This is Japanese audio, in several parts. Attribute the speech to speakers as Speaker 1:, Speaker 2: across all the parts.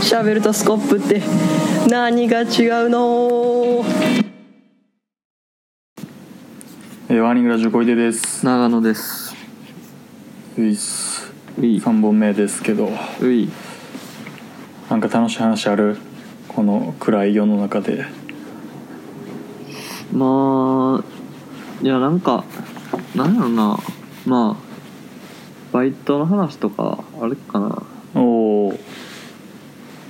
Speaker 1: シャベルとスコップって何が違うの
Speaker 2: えーワーニングラジオ小出です
Speaker 3: 長野です
Speaker 2: ういっす
Speaker 3: ういう
Speaker 2: 3本目ですけど
Speaker 3: い
Speaker 2: なんか楽しい話あるこの暗い世の中で
Speaker 3: まあいやなんかなんやろなまあバイトの話とかあれかな
Speaker 2: おお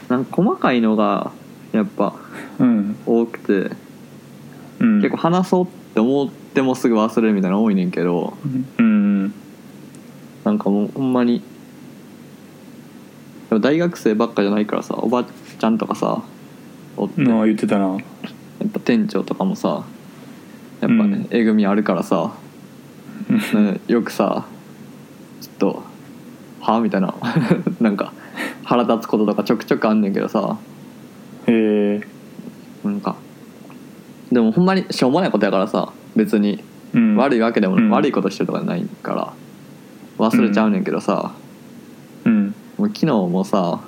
Speaker 3: なんか細かいのがやっぱ
Speaker 2: うん
Speaker 3: 多くて、
Speaker 2: うん
Speaker 3: 結構話そうって思ってもすぐ忘れるみたいなの多いねんけど
Speaker 2: うん
Speaker 3: なんかもうほんまにでも大学生ばっかじゃないからさおばちゃんとかさおって
Speaker 2: の言ってたな
Speaker 3: やっぱ店長とかもさやっぱね、えぐみあるからさ、ねよくさちょっと「はみたいな なんか腹立つこととかちょくちょくあんねんけどさ
Speaker 2: へえ
Speaker 3: なんかでもほんまにしょうもないことやからさ別に
Speaker 2: うん
Speaker 3: 悪いわけでも、
Speaker 2: うん
Speaker 3: 悪いことしてるとかないから忘れちゃうねんけどさ、
Speaker 2: うん
Speaker 3: もう昨日もさ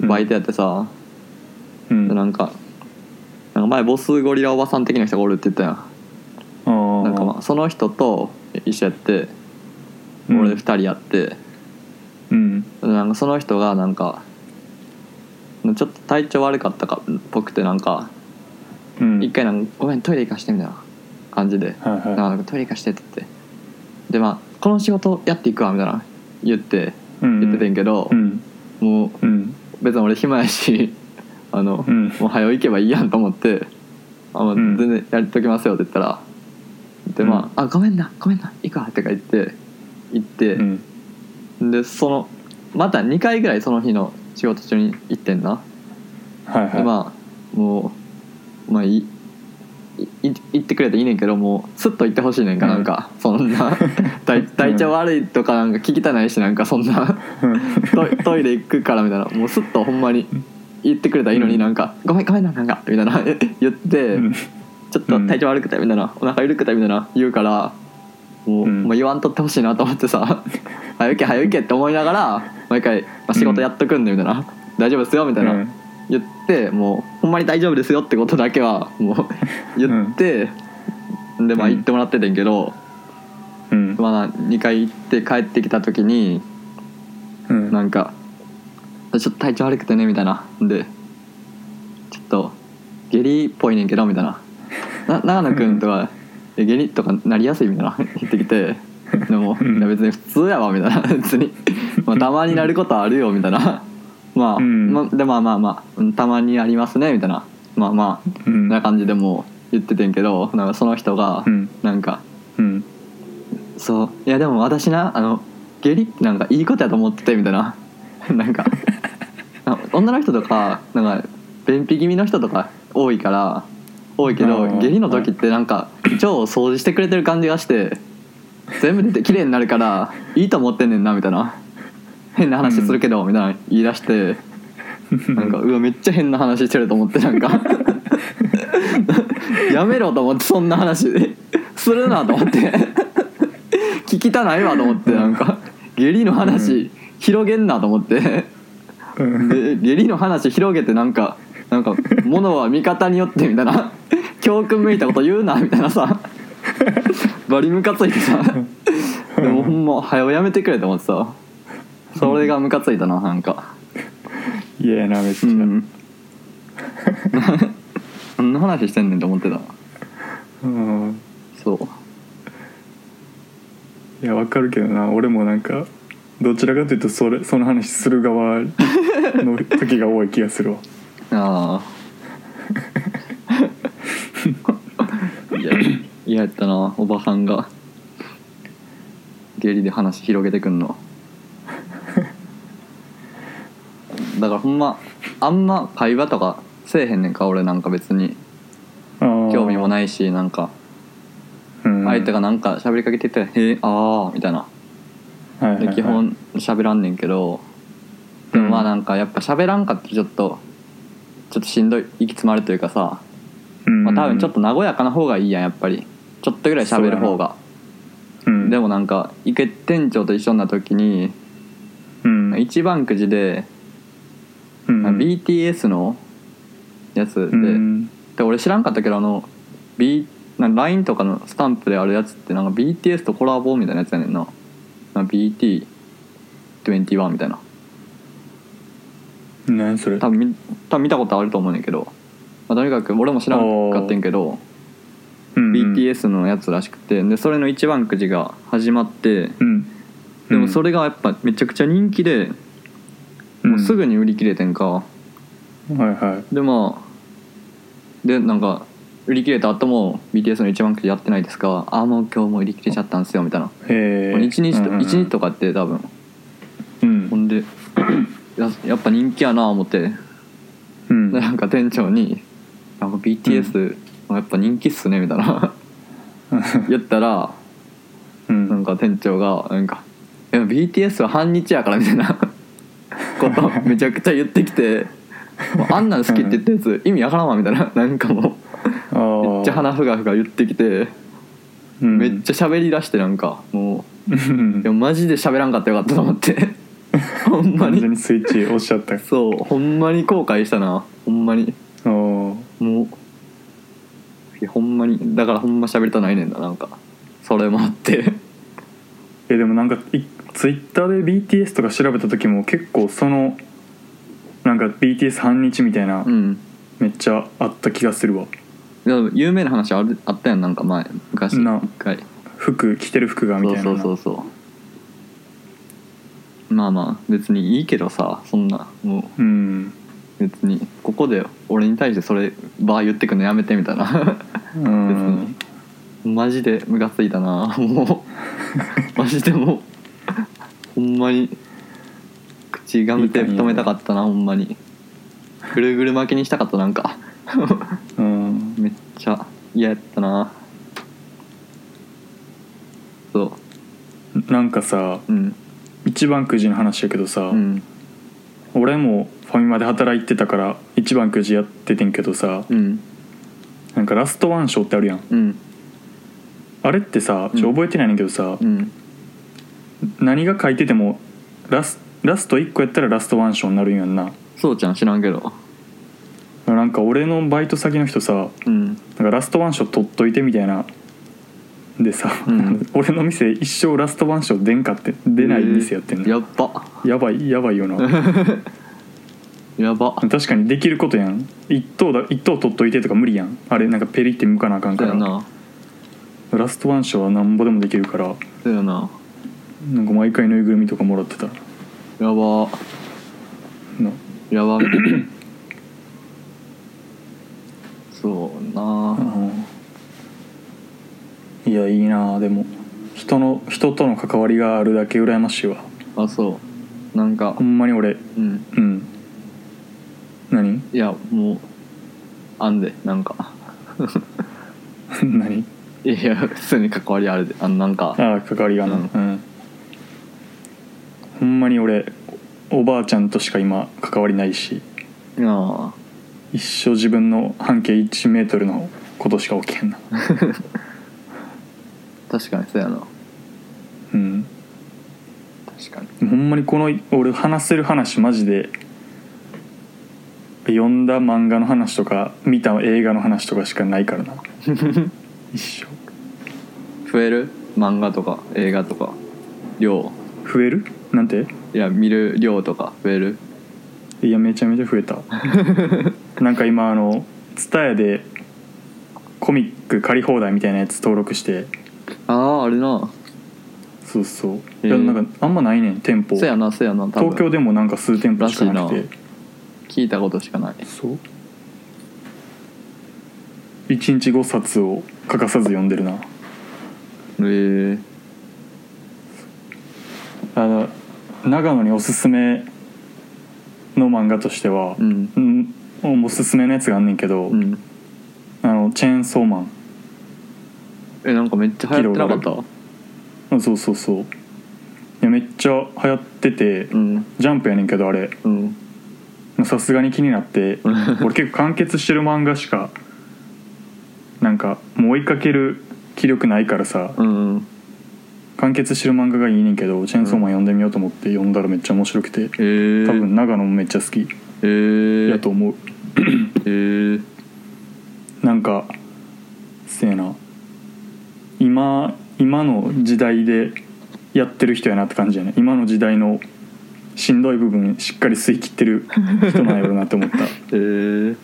Speaker 2: うん
Speaker 3: バイトやってさ、
Speaker 2: うん
Speaker 3: でなんかなんか前ボスゴリラおばさん的な人がおるって言ったやん
Speaker 2: あー
Speaker 3: なんかまあその人と一緒やって
Speaker 2: うん
Speaker 3: 俺2人やって、
Speaker 2: うん
Speaker 3: なんかその人がなんかちょっと体調悪かったかっぽくてなんか
Speaker 2: うん
Speaker 3: 一回なんか「ごめんトイレ行かして」みたいな感じで
Speaker 2: はい
Speaker 3: 「
Speaker 2: は
Speaker 3: なんかトイレ行かして」って言ってでまあこの仕事やっていくわみたいな言って
Speaker 2: いうん
Speaker 3: 言っててんけど
Speaker 2: う、ん
Speaker 3: もう
Speaker 2: うん
Speaker 3: 別に俺暇やし あの、
Speaker 2: うん
Speaker 3: もう早う行けばいいやんと思って「あもう
Speaker 2: うん
Speaker 3: 全然やっときますよ」って言ったらでまあ「あごめんなごめんな行くわ」とか言って行って、
Speaker 2: うん
Speaker 3: でそのまた2回ぐらいその日の仕事中に行ってんな、
Speaker 2: はいはい
Speaker 3: でまあもうまあいいい行ってくれていいねんけどもうスッと行ってほしいねんか
Speaker 2: うん
Speaker 3: なんか、そん な体体調悪いとかなんか聞きたないしなんかそんなトイトイレ行くからみたいなもうスッとほんまに言ってくれたらいいのになんか「ごめんごめんななんか」みたいな言って、
Speaker 2: うん
Speaker 3: ちょっと体調悪くてみたいな、お腹緩くてみたいな言うからもう,、
Speaker 2: うん
Speaker 3: もう言わんとってほしいなと思ってさ 「早行け早行け」って思いながら毎回、まあ、仕事やっとくんでみたいな「大丈夫ですよ」みたいな、
Speaker 2: うん
Speaker 3: 言ってもうほんまに大丈夫ですよってことだけは もう言って、でまあ
Speaker 2: うん
Speaker 3: 行ってもらっててんけど、
Speaker 2: うん
Speaker 3: まあ2回行って帰ってきた時に
Speaker 2: うん
Speaker 3: なんか「ちょっと体調悪くてね」みたいなで「ちょっと下痢っぽいねんけど」みたいな「な長野くんとかえ下痢とかなりやすい」みたいな言ってきて「でも
Speaker 2: うん
Speaker 3: いや別に普通やわ」みたいな別に、まあ、たまになることあるよみたいなまあ、
Speaker 2: うん
Speaker 3: までまあまあまあうんたまにありますねみたいなまあまあ
Speaker 2: う
Speaker 3: そん
Speaker 2: ん
Speaker 3: な感じでもう言っててんけどなんかその人が
Speaker 2: うん
Speaker 3: なんか「
Speaker 2: うん
Speaker 3: そういやでも私なあの下痢ってなんかいいことやと思っててみたいな なんかあ女の人とかなんか便秘気味の人とか多いから多いけ
Speaker 2: う
Speaker 3: ど
Speaker 2: ん
Speaker 3: 下痢の時ってなんか腸を掃除してくれてる感じがして全部出て綺麗になるからいいと思ってんねんなみたいな変な話するけどみたいな言い出してなんかうわめっちゃ変な話してると思ってなん かやめろと思ってそんな話するなと思って聞きたないわと思ってなんか下痢の話広げんなと思って。
Speaker 2: うん
Speaker 3: で下痢の話広げてなんかなんか物は味方によってみたいな教訓めいたこと言うなみたいなさバリムカついてさでもほんま早うやめてくれと思ってさそれがムカついたななんか
Speaker 2: 嫌やなめっち
Speaker 3: う
Speaker 2: ゃ
Speaker 3: ん 何の話してんねんと思ってた
Speaker 2: うん
Speaker 3: そう
Speaker 2: いやわかるけどな俺もなんかどちらかというとそれその話する側の時が多い気がするわ
Speaker 3: ああ いや嫌やったなおばはんが下痢で話広げてくんのだからほんまあんま会話とかせえへんねんか俺なんか別に興
Speaker 2: 興
Speaker 3: 味もないしなんか相手がなんか喋りかけてて「へえああ」みたいなで基本喋らんねんけどでもまあなんかやっぱ喋らんかってちょっとちょっとしんどい行き詰まるというかさまあ、多分ちょっと和やかな方がいいやんやっぱりちょっとぐらい喋る方が、
Speaker 2: と
Speaker 3: でもなんか池店長と一緒になった時に
Speaker 2: うん
Speaker 3: 一番くじで
Speaker 2: うん
Speaker 3: まあ BTS のやつで,、
Speaker 2: うん
Speaker 3: で俺知らんかったけどあの、B、なん LINE とかのスタンプであるやつってなんか BTS とコラボみたいなやつやねんななんか BT21 みたいな
Speaker 2: 何それ
Speaker 3: 多分み多分見たことあると思うねんだけど、まあ、とにかく俺も知らんかってんけど、
Speaker 2: うんうん
Speaker 3: BTS のやつらしくてでそれの一番くじが始まって
Speaker 2: うん
Speaker 3: でもそれがやっぱめちゃくちゃ人気で、もうすぐに売り切れてんか
Speaker 2: うんはいはい
Speaker 3: でまあでなんか売り切れた後も BTS の一番くじやってないですかああもう今日もう売り切れちゃったんですよみたいな、
Speaker 2: へえ
Speaker 3: 1日と、
Speaker 2: うんうんうん
Speaker 3: 一日とかって多分
Speaker 2: うん
Speaker 3: ほんでややっぱ人気やな思って
Speaker 2: うん
Speaker 3: でなんか店長に「なんか BTS やっぱ人気っすね」みたいな言ったら
Speaker 2: うん
Speaker 3: なんか店長がなんか「いや BTS は半日やから」みたいな ことめちゃくちゃ言ってきて「もうあんなん好きって言ったやつ意味わからんわ」みたいななんかもう
Speaker 2: あー
Speaker 3: めっちゃ鼻ふがふが言ってきて
Speaker 2: うん
Speaker 3: めっちゃ喋りだしてなんかも
Speaker 2: うん
Speaker 3: ういやマジで喋らんかったらよかったと思って ほんま
Speaker 2: 完全
Speaker 3: に
Speaker 2: にスイッチ押しちゃった
Speaker 3: そうほんまに後悔したなほんまに
Speaker 2: おー
Speaker 3: もういやほんまにだからほんま喋りたないねんななんかそれもあっ て
Speaker 2: えでもなんかいツイッターで BTS とか調べた時も結構そのなんか BTS 半日みたいな、
Speaker 3: うん
Speaker 2: めっちゃあった気がするわ
Speaker 3: でも有名な話あるあったやんなんか前昔
Speaker 2: な
Speaker 3: 一回
Speaker 2: 服着てる服がみ
Speaker 3: そ
Speaker 2: たいうな
Speaker 3: そうそうそうまあまあ別にいいけどさそんなもう
Speaker 2: うん
Speaker 3: 別にここで俺に対してそれバー言ってくのやめてみたいな
Speaker 2: う
Speaker 3: 別
Speaker 2: ん
Speaker 3: にマジでムカついたなもう マジでもうほんまに口がむて止めたかったなほんまにぐるぐる巻きにしたかったなんか
Speaker 2: うん
Speaker 3: めっちゃ嫌やったなそ
Speaker 2: なんかさ
Speaker 3: ううん
Speaker 2: 一番くじの話やけどさ、
Speaker 3: うん
Speaker 2: 俺もファミマで働いてたから一番くじやっててんけどさ
Speaker 3: うん
Speaker 2: なんかラストワン賞ってあるやん
Speaker 3: うん
Speaker 2: あれってさちょ
Speaker 3: うん
Speaker 2: 覚えてないねんけどさ、
Speaker 3: うん
Speaker 2: 何が書いててもラスラスト1個やったらラストワン賞になるんやんな
Speaker 3: そうちゃん知らんけど
Speaker 2: なんか俺のバイト先の人さ
Speaker 3: うん
Speaker 2: なんかラストワン賞取っといてみたいなでさ、
Speaker 3: うん
Speaker 2: 俺の店一生ラストワン賞出んかって出ない店やってんの、
Speaker 3: やっば
Speaker 2: やばいやばい よな
Speaker 3: やば
Speaker 2: 確かにできることやん一等だ一等取っといてとか無理やんあれなんかペリって向かなあかん
Speaker 3: そ
Speaker 2: か
Speaker 3: うや
Speaker 2: ら
Speaker 3: な
Speaker 2: ラストワン賞はなんぼでもできるから
Speaker 3: そうやな
Speaker 2: なんか毎回ぬいぐるみとかもらってた
Speaker 3: やば
Speaker 2: の
Speaker 3: やばそうな
Speaker 2: うんいやいいなあでも人の人との関わりがあるだけ羨ましいわ
Speaker 3: あそうなんか
Speaker 2: ほんまに俺
Speaker 3: うん
Speaker 2: うん何
Speaker 3: いやもうあんでなんか
Speaker 2: 何
Speaker 3: いや普通に関わりあるであのなんか
Speaker 2: ああ関わりがな
Speaker 3: う
Speaker 2: うんん、ほんまに俺おばあちゃんとしか今関わりないし
Speaker 3: あ
Speaker 2: 一生自分の半径1メートルのことしか起きへんな
Speaker 3: ー確かにそうやな
Speaker 2: うん
Speaker 3: 確かに
Speaker 2: ほんまにこの俺話せる話マジで読んだ漫画の話とか見た映画の話とかしかないから な一
Speaker 3: 増える漫画とか映画とか量
Speaker 2: 生増えるなんて
Speaker 3: いや見る量とか増える
Speaker 2: いやめちゃめちゃ増え たなんか今あの TSUTAYA でコミック借り放題みたいなやつ登録して
Speaker 3: あああれな
Speaker 2: そうそう
Speaker 3: へ
Speaker 2: い
Speaker 3: え
Speaker 2: やなんかあんまないねん店舗
Speaker 3: そうやなそうやな多分
Speaker 2: 東京でもなんか数店舗しかな
Speaker 3: ら
Speaker 2: く
Speaker 3: して聞いたことしかない
Speaker 2: そう1日5冊を欠かさず読んでるな
Speaker 3: えー、
Speaker 2: あの長野におすすめの漫画としては
Speaker 3: う、ん
Speaker 2: うんおすすめのやつがあんねんけど、
Speaker 3: うん
Speaker 2: あのチェーンソーマン
Speaker 3: えなんかめっちゃ流行ってなかった
Speaker 2: あそうそうそういやめっちゃ流行ってて、
Speaker 3: うん
Speaker 2: ジャンプやねんけどあれ
Speaker 3: うん
Speaker 2: さすがに気になって俺結構完結してる漫画しかなんかもう追いかける気力ないからさ、
Speaker 3: うん
Speaker 2: 完結してる漫画がいいねんけど「チェーンソーマン」読んでみようと思って読んだらめっちゃ面白くて、
Speaker 3: えー、
Speaker 2: 多分長野もめっちゃ好き
Speaker 3: ええー、
Speaker 2: やと思う
Speaker 3: えー、
Speaker 2: なんかせやな今今の時代でやってる人やなって感じやね今の時代のしんどい部分しっかり吸い切ってる人なんやろうなって思った
Speaker 3: えー、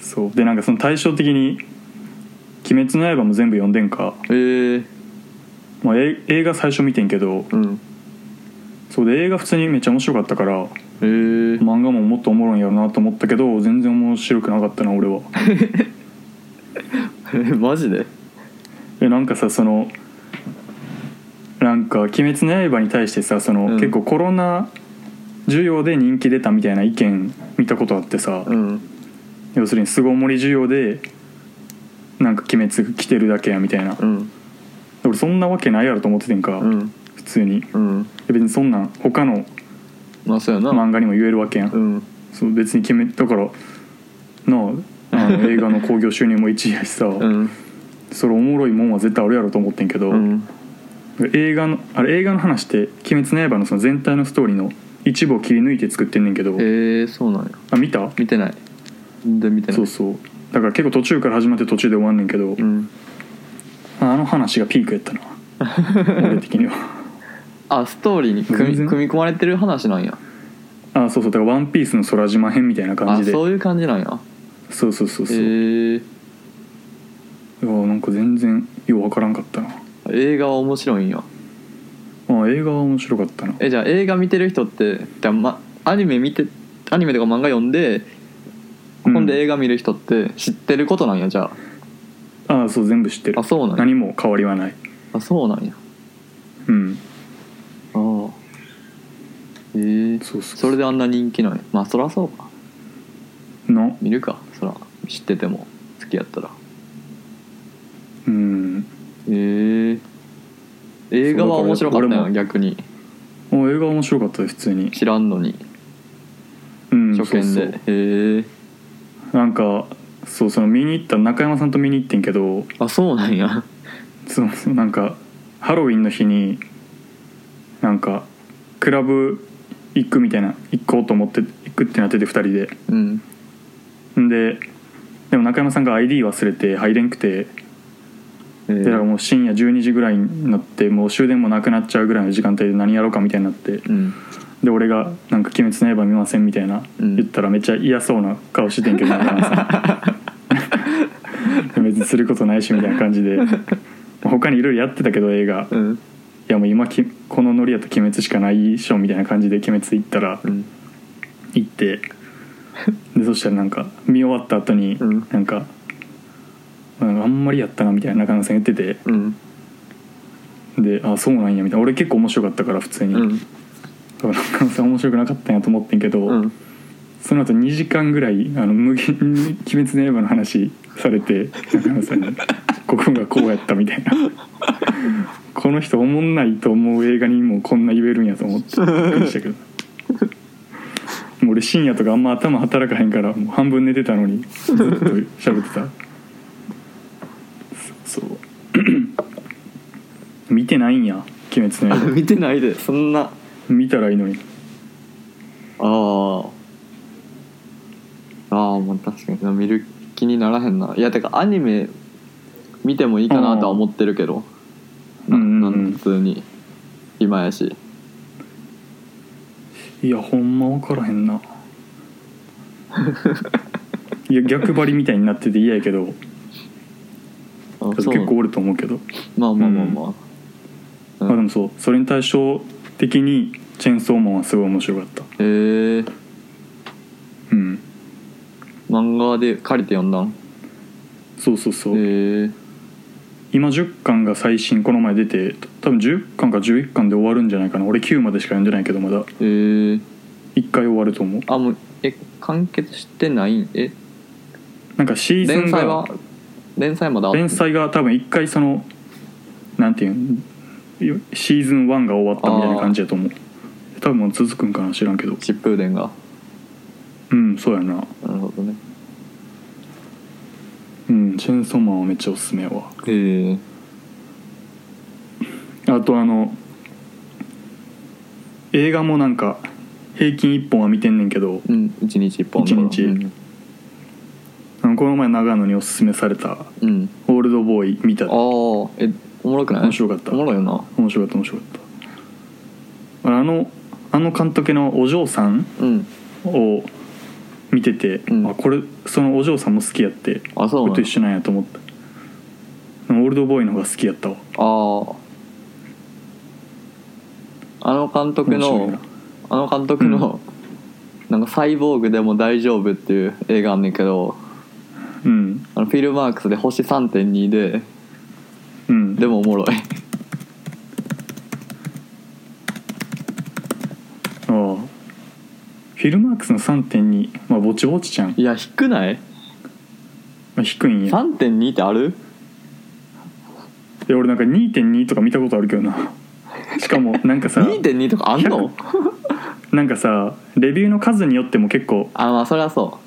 Speaker 2: そうでなんかその対照的に「鬼滅の刃」も全部読んでんか、
Speaker 3: えー、
Speaker 2: まあ、え映画最初見てんけど
Speaker 3: うん
Speaker 2: そうで映画普通にめっちゃ面白かったから
Speaker 3: えー、
Speaker 2: 漫画ももっとおもろいんやろなと思ったけど全然面白くなかったな俺は
Speaker 3: マジで
Speaker 2: えなんかさそのなんか「鬼滅の刃」に対してさその、
Speaker 3: うん
Speaker 2: 結構コロナ需要で人気出たみたいな意見見たことあってさ、
Speaker 3: うん
Speaker 2: 要するに巣ごもり需要でなんか「鬼滅」来てるだけやみたいな、
Speaker 3: うん
Speaker 2: 俺そんなわけないやろと思っててんか、
Speaker 3: うん
Speaker 2: 普通にいや
Speaker 3: うん
Speaker 2: 別にそんなん他の
Speaker 3: まあそうやな、
Speaker 2: 漫画にも言えるわけやん、
Speaker 3: うん
Speaker 2: そう別に決めだからなああ の映画の興行収入も1位やしさ、
Speaker 3: うん
Speaker 2: それおもろいもんは絶対あるやろと思ってんけど、
Speaker 3: うん
Speaker 2: 映画のあれ映画の話って「鬼滅の刃」のその全体のストーリーの一部を切り抜いて作ってんねんけど
Speaker 3: えー、そうなんや
Speaker 2: あ見た
Speaker 3: 見てない全然見てない
Speaker 2: そうそうだから結構途中から始まって途中で終わんねんけど、
Speaker 3: うん
Speaker 2: あの話がピーク やったな俺的には
Speaker 3: あストーリーに組
Speaker 2: 全
Speaker 3: み
Speaker 2: 然
Speaker 3: 組み込まれてる話なんや
Speaker 2: あそうそうだから「ワンピースの空島編みたいな感
Speaker 3: あ
Speaker 2: じで
Speaker 3: そういう感じなんや
Speaker 2: そうそうそう
Speaker 3: え
Speaker 2: そう、
Speaker 3: ー、
Speaker 2: いやなんか全然ようわからんかったな
Speaker 3: 映画は面白いんや
Speaker 2: あ映画は面白かったな
Speaker 3: えじゃあ映画見てる人ってじゃあ、ま、アニメ見てアニメとか漫画読んで
Speaker 2: うん
Speaker 3: ほんで映画見る人って知ってることなんやじゃ
Speaker 2: あそう全部知ってる
Speaker 3: ああそうなんや
Speaker 2: 何も変わりはない
Speaker 3: あそうなんや
Speaker 2: うん
Speaker 3: ああえー、
Speaker 2: そうそう
Speaker 3: それであんな人気なんやまあそらそうか
Speaker 2: の
Speaker 3: 見るかそら知ってても好きやったら
Speaker 2: うん
Speaker 3: えー、映画は面白かったん
Speaker 2: 俺
Speaker 3: や
Speaker 2: も
Speaker 3: 逆に
Speaker 2: あ映画面白かったよ普通に、
Speaker 3: 知らんのに
Speaker 2: うん、
Speaker 3: 初見
Speaker 2: そう
Speaker 3: でへえ
Speaker 2: そうなんかそうその見に行った中山さんと見に行ってんけど
Speaker 3: あそうなんや
Speaker 2: そうそうなんかハロウィンの日になんかクラブ行くみたいな行こうと思って行くってなってて2人で
Speaker 3: うん
Speaker 2: んででも中山さんが ID 忘れて入れんくて
Speaker 3: え
Speaker 2: でだから
Speaker 3: ー
Speaker 2: もう深夜12時ぐらいになってもう終電もなくなっちゃうぐらいの時間帯で何やろうかみたいになって
Speaker 3: うん
Speaker 2: で俺が「なんか鬼滅の刃見ません」みたいな、
Speaker 3: うん
Speaker 2: 言ったらめっちゃ嫌そうな顔してんけど中山さ ん別にすることないしみたいな感じで他にいろいろやってたけど映画
Speaker 3: うん
Speaker 2: いやもう今きこのノリやと鬼滅しかないっしょみたいな感じで鬼滅行ったら
Speaker 3: うん
Speaker 2: 行ってでそしたらなんか見終わった後に
Speaker 3: うん
Speaker 2: なんか、なんかあんまりやったなみたいな中野さん言ってて
Speaker 3: うん
Speaker 2: であそうなんやみたいな俺結構面白かったから普通に、
Speaker 3: うん
Speaker 2: だから中野さん面白くなかったんやと思ってんけど、
Speaker 3: うん
Speaker 2: その後2時間ぐらいあの無限に「鬼滅の刃」の話されて中野さんに 「ここがこうやった」みたいなこの人おもんないと思う映画にもこんな言えるんやと思ってびっくりしたけどもう俺深夜とかあんま頭働かへんからもう半分寝てたのにずっと喋ってたそうそう 見てないんや「鬼滅の
Speaker 3: あ
Speaker 2: 刃
Speaker 3: 見てないでそんな」
Speaker 2: 見たらいいのに
Speaker 3: あーあーまあ確かにな見る気にならへんないやてかアニメ見てもいいかなとは思ってるけどな
Speaker 2: うん
Speaker 3: な
Speaker 2: うんうん
Speaker 3: ん普通に今やし
Speaker 2: いやほんま分からへんないや逆張りみたいになってて嫌やけど
Speaker 3: あそう
Speaker 2: 結構おると思うけど
Speaker 3: まあまあまあまあ、うん
Speaker 2: まあでもそうそれに対照的に「チェーンソーマン」はすごい面白かった
Speaker 3: へえー、
Speaker 2: うん
Speaker 3: 漫画で借りて読んだん
Speaker 2: そうそうそう、
Speaker 3: へえ
Speaker 2: 今10巻が最新この前出て多分10巻か11巻で終わるんじゃないかな俺9までしか読んでないけどまだ
Speaker 3: えー、
Speaker 2: 1回終わると思う
Speaker 3: あもうえ完結してないんえ
Speaker 2: なんかシーズ
Speaker 3: 連
Speaker 2: ン
Speaker 3: 載は
Speaker 2: が
Speaker 3: 連載まだあ
Speaker 2: 連載が多分1回そのなんていうんシーズン1が終わったみたいな感じやと思う多分もう続くんかな知らんけど
Speaker 3: 疾風伝が
Speaker 2: うんそうやな
Speaker 3: なるほどね
Speaker 2: うんチェーンソーマンはめっちゃおすすめやわ
Speaker 3: へえー、
Speaker 2: あとあの映画もなんか「平均1本は見てんねんけど
Speaker 3: うん一日一本
Speaker 2: 一日
Speaker 3: うん
Speaker 2: あのこの前長野におすすめされた
Speaker 3: うん
Speaker 2: 「オールドボーイ」見た
Speaker 3: ああえおもろくない
Speaker 2: 面白かった
Speaker 3: おもろいよな
Speaker 2: 面白かった面白かったあのあの監督のお嬢さん
Speaker 3: うん
Speaker 2: を見てて、
Speaker 3: うん
Speaker 2: あこれそのお嬢さんも好きやって
Speaker 3: あそう
Speaker 2: 俺
Speaker 3: な
Speaker 2: と
Speaker 3: の
Speaker 2: 一緒なんやと思ったオールドボーイの方が好きやったわ
Speaker 3: あああの監督
Speaker 2: 面白い
Speaker 3: の
Speaker 2: な
Speaker 3: あの監督の、なんか「サイボーグでも大丈夫」っていう映画あんねんけど
Speaker 2: うん
Speaker 3: あのフィルマークスで星3.2で
Speaker 2: うん
Speaker 3: でもおもろい
Speaker 2: ああフィルマークスの3.2まあぼちぼちちゃん、
Speaker 3: いや低ない
Speaker 2: まあ、低いんや
Speaker 3: ?3.2 ってある
Speaker 2: いや俺なんか2.2とか見たことあるけ どなしかもなんかさ
Speaker 3: ?2.2 とかあんの
Speaker 2: なんかさレビューの数によっても結構
Speaker 3: あまあそれはそ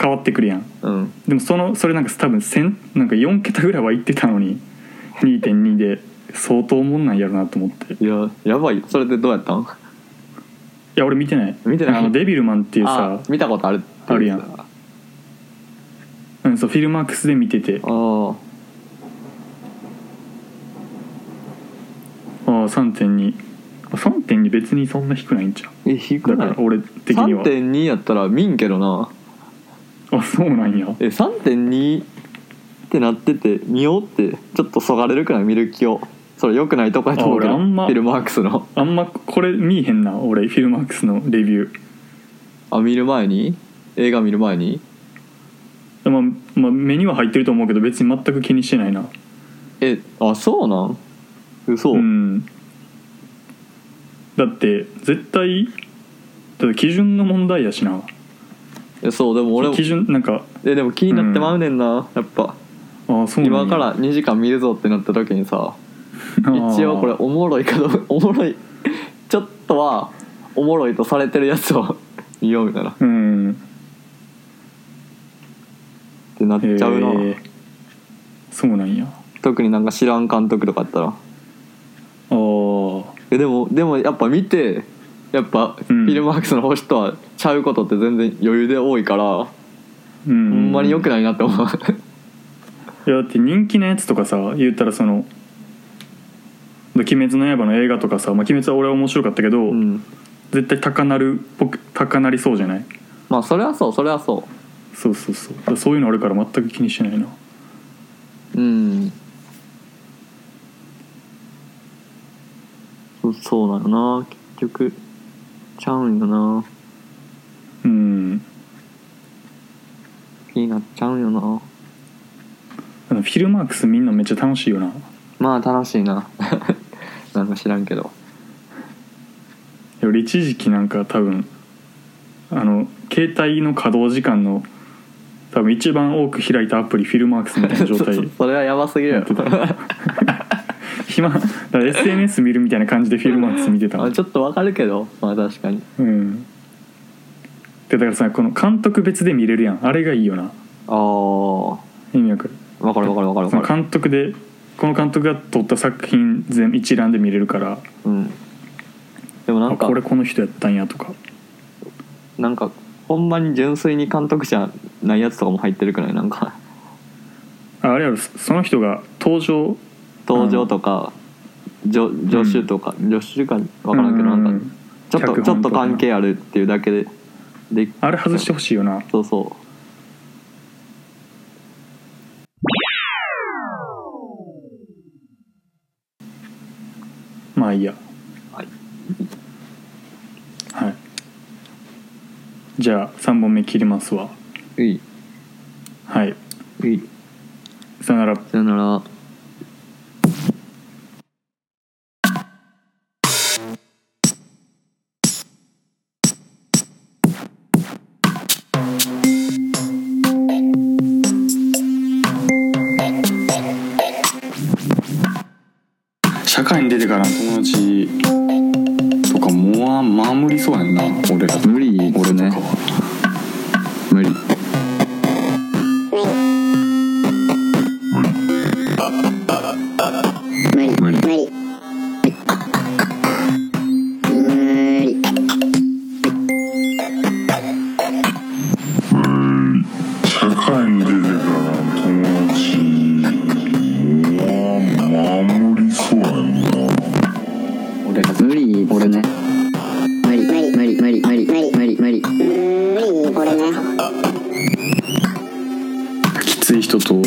Speaker 2: 変わってくるやん
Speaker 3: ううん
Speaker 2: でもそのそれなんか多分千なんか4桁ぐらいは行ってたのに2.2で相当おもんないやろなと思ってい
Speaker 3: いややばいそれでどうやったん
Speaker 2: や俺見てない
Speaker 3: 見てない
Speaker 2: あのデビルマンっていうさ
Speaker 3: あ見たことある
Speaker 2: あるやん
Speaker 3: あ
Speaker 2: うんそうフィルマークスで見ててあ
Speaker 3: あ
Speaker 2: あ3.2あ3.2別にそんな低くないんちゃう
Speaker 3: え低な
Speaker 2: だか
Speaker 3: い
Speaker 2: ら俺的には
Speaker 3: 3.2やったら見んけどな
Speaker 2: あそうなんや
Speaker 3: え3.2ってなってて見ようってちょっとそがれるくらい見る気をそれ良くないとこやと思うけど
Speaker 2: あ俺あんま
Speaker 3: フィルマークスの
Speaker 2: あんまこれ見えへんな俺フィルマークスのレビュ
Speaker 3: あ見る前に映画見る前に
Speaker 2: ーまあ、まあ、目には入ってると思うけど別に全く気にしてないな
Speaker 3: えあそうなん嘘、
Speaker 2: うんだって絶対だって基準の問題やしな
Speaker 3: えそうでも俺も
Speaker 2: 基準なんか
Speaker 3: えでも気になってまうねんな、やっぱ
Speaker 2: ああそうなんや
Speaker 3: 今から2時間見るぞってなった時にさ 一応これ
Speaker 2: あ
Speaker 3: おもろいかどうか おもろいちょっとはおもろいとされてるやつを 見ようみたいなっ
Speaker 2: あうん
Speaker 3: てなっちゃうな、
Speaker 2: へえそうなんやあ
Speaker 3: 特になんか知らん監督とかやったら
Speaker 2: あー
Speaker 3: えでもでもやっぱ見てやっぱフ
Speaker 2: うん
Speaker 3: ィルマークスの星とはちゃうことって全然余裕で多いから、
Speaker 2: うん
Speaker 3: ほんまによく
Speaker 2: い
Speaker 3: ないなって 思う
Speaker 2: やだって人気のやつとかさ言ったらその「鬼滅の刃」の映画とかさ「まあ、鬼滅」は俺は面白かったけど、
Speaker 3: うん
Speaker 2: 絶対高なるっぽく高なりそうじゃない
Speaker 3: まあそれはそうそれはそ
Speaker 2: そうそうそうだからそういうのあるから全く気にしてないな
Speaker 3: ううんそそうなのな結局ちゃうんよな
Speaker 2: うん
Speaker 3: 気になっちゃうんよな
Speaker 2: あのフィルマークスみんなめっちゃ楽しいよな
Speaker 3: まあ楽しいな なんか知らんけど
Speaker 2: 俺一時期なんか多分あの携帯の稼働時間の多分一番多く開いたアプリフィルマークスみたいな状態
Speaker 3: そ それはやばすぎるやろ
Speaker 2: 暇だから SNS 見るみたいな感じでフィルマークス見てた
Speaker 3: あ
Speaker 2: の
Speaker 3: ちょっとわかるけどまあ確かに
Speaker 2: うんでだからさこの監督別で見れるやんあれがいいよな
Speaker 3: ああ
Speaker 2: 意味わかる
Speaker 3: わかるわかるわかるわ
Speaker 2: そ
Speaker 3: か
Speaker 2: の
Speaker 3: る
Speaker 2: 監督でこの監督が撮った作品全部一覧で見れるから
Speaker 3: うん、でもなん
Speaker 2: あ
Speaker 3: か
Speaker 2: これこの人やったんやとか
Speaker 3: なんかほんまに純粋に監督じゃないやつとかも入ってるくらいなんか
Speaker 2: ああれやろその人が登場
Speaker 3: 登場とか助助手とか、助手かわからんけどな
Speaker 2: う
Speaker 3: んかちょっと
Speaker 2: 脚
Speaker 3: ちょ
Speaker 2: 本
Speaker 3: っ
Speaker 2: と
Speaker 3: と
Speaker 2: かな
Speaker 3: 関係あるっていうだけでで
Speaker 2: あれ外してほしいよな
Speaker 3: そうそう
Speaker 2: まあいいや
Speaker 3: はい、
Speaker 2: はい、じゃあ3本目切りますわ
Speaker 3: ういう
Speaker 2: はいう
Speaker 3: い
Speaker 2: さよなら
Speaker 3: さよなら
Speaker 2: 社会に出てから友達とかもうまあ無理そうやんな俺ら
Speaker 3: 無理ですね無理
Speaker 4: 無理無理無理無理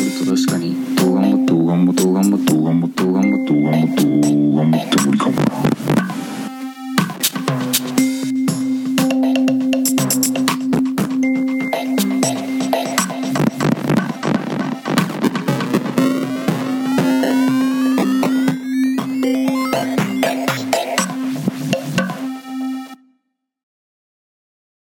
Speaker 4: と頑張っと頑張っと頑張っと頑張っと頑張っと頑張っと頑張っと無理かもな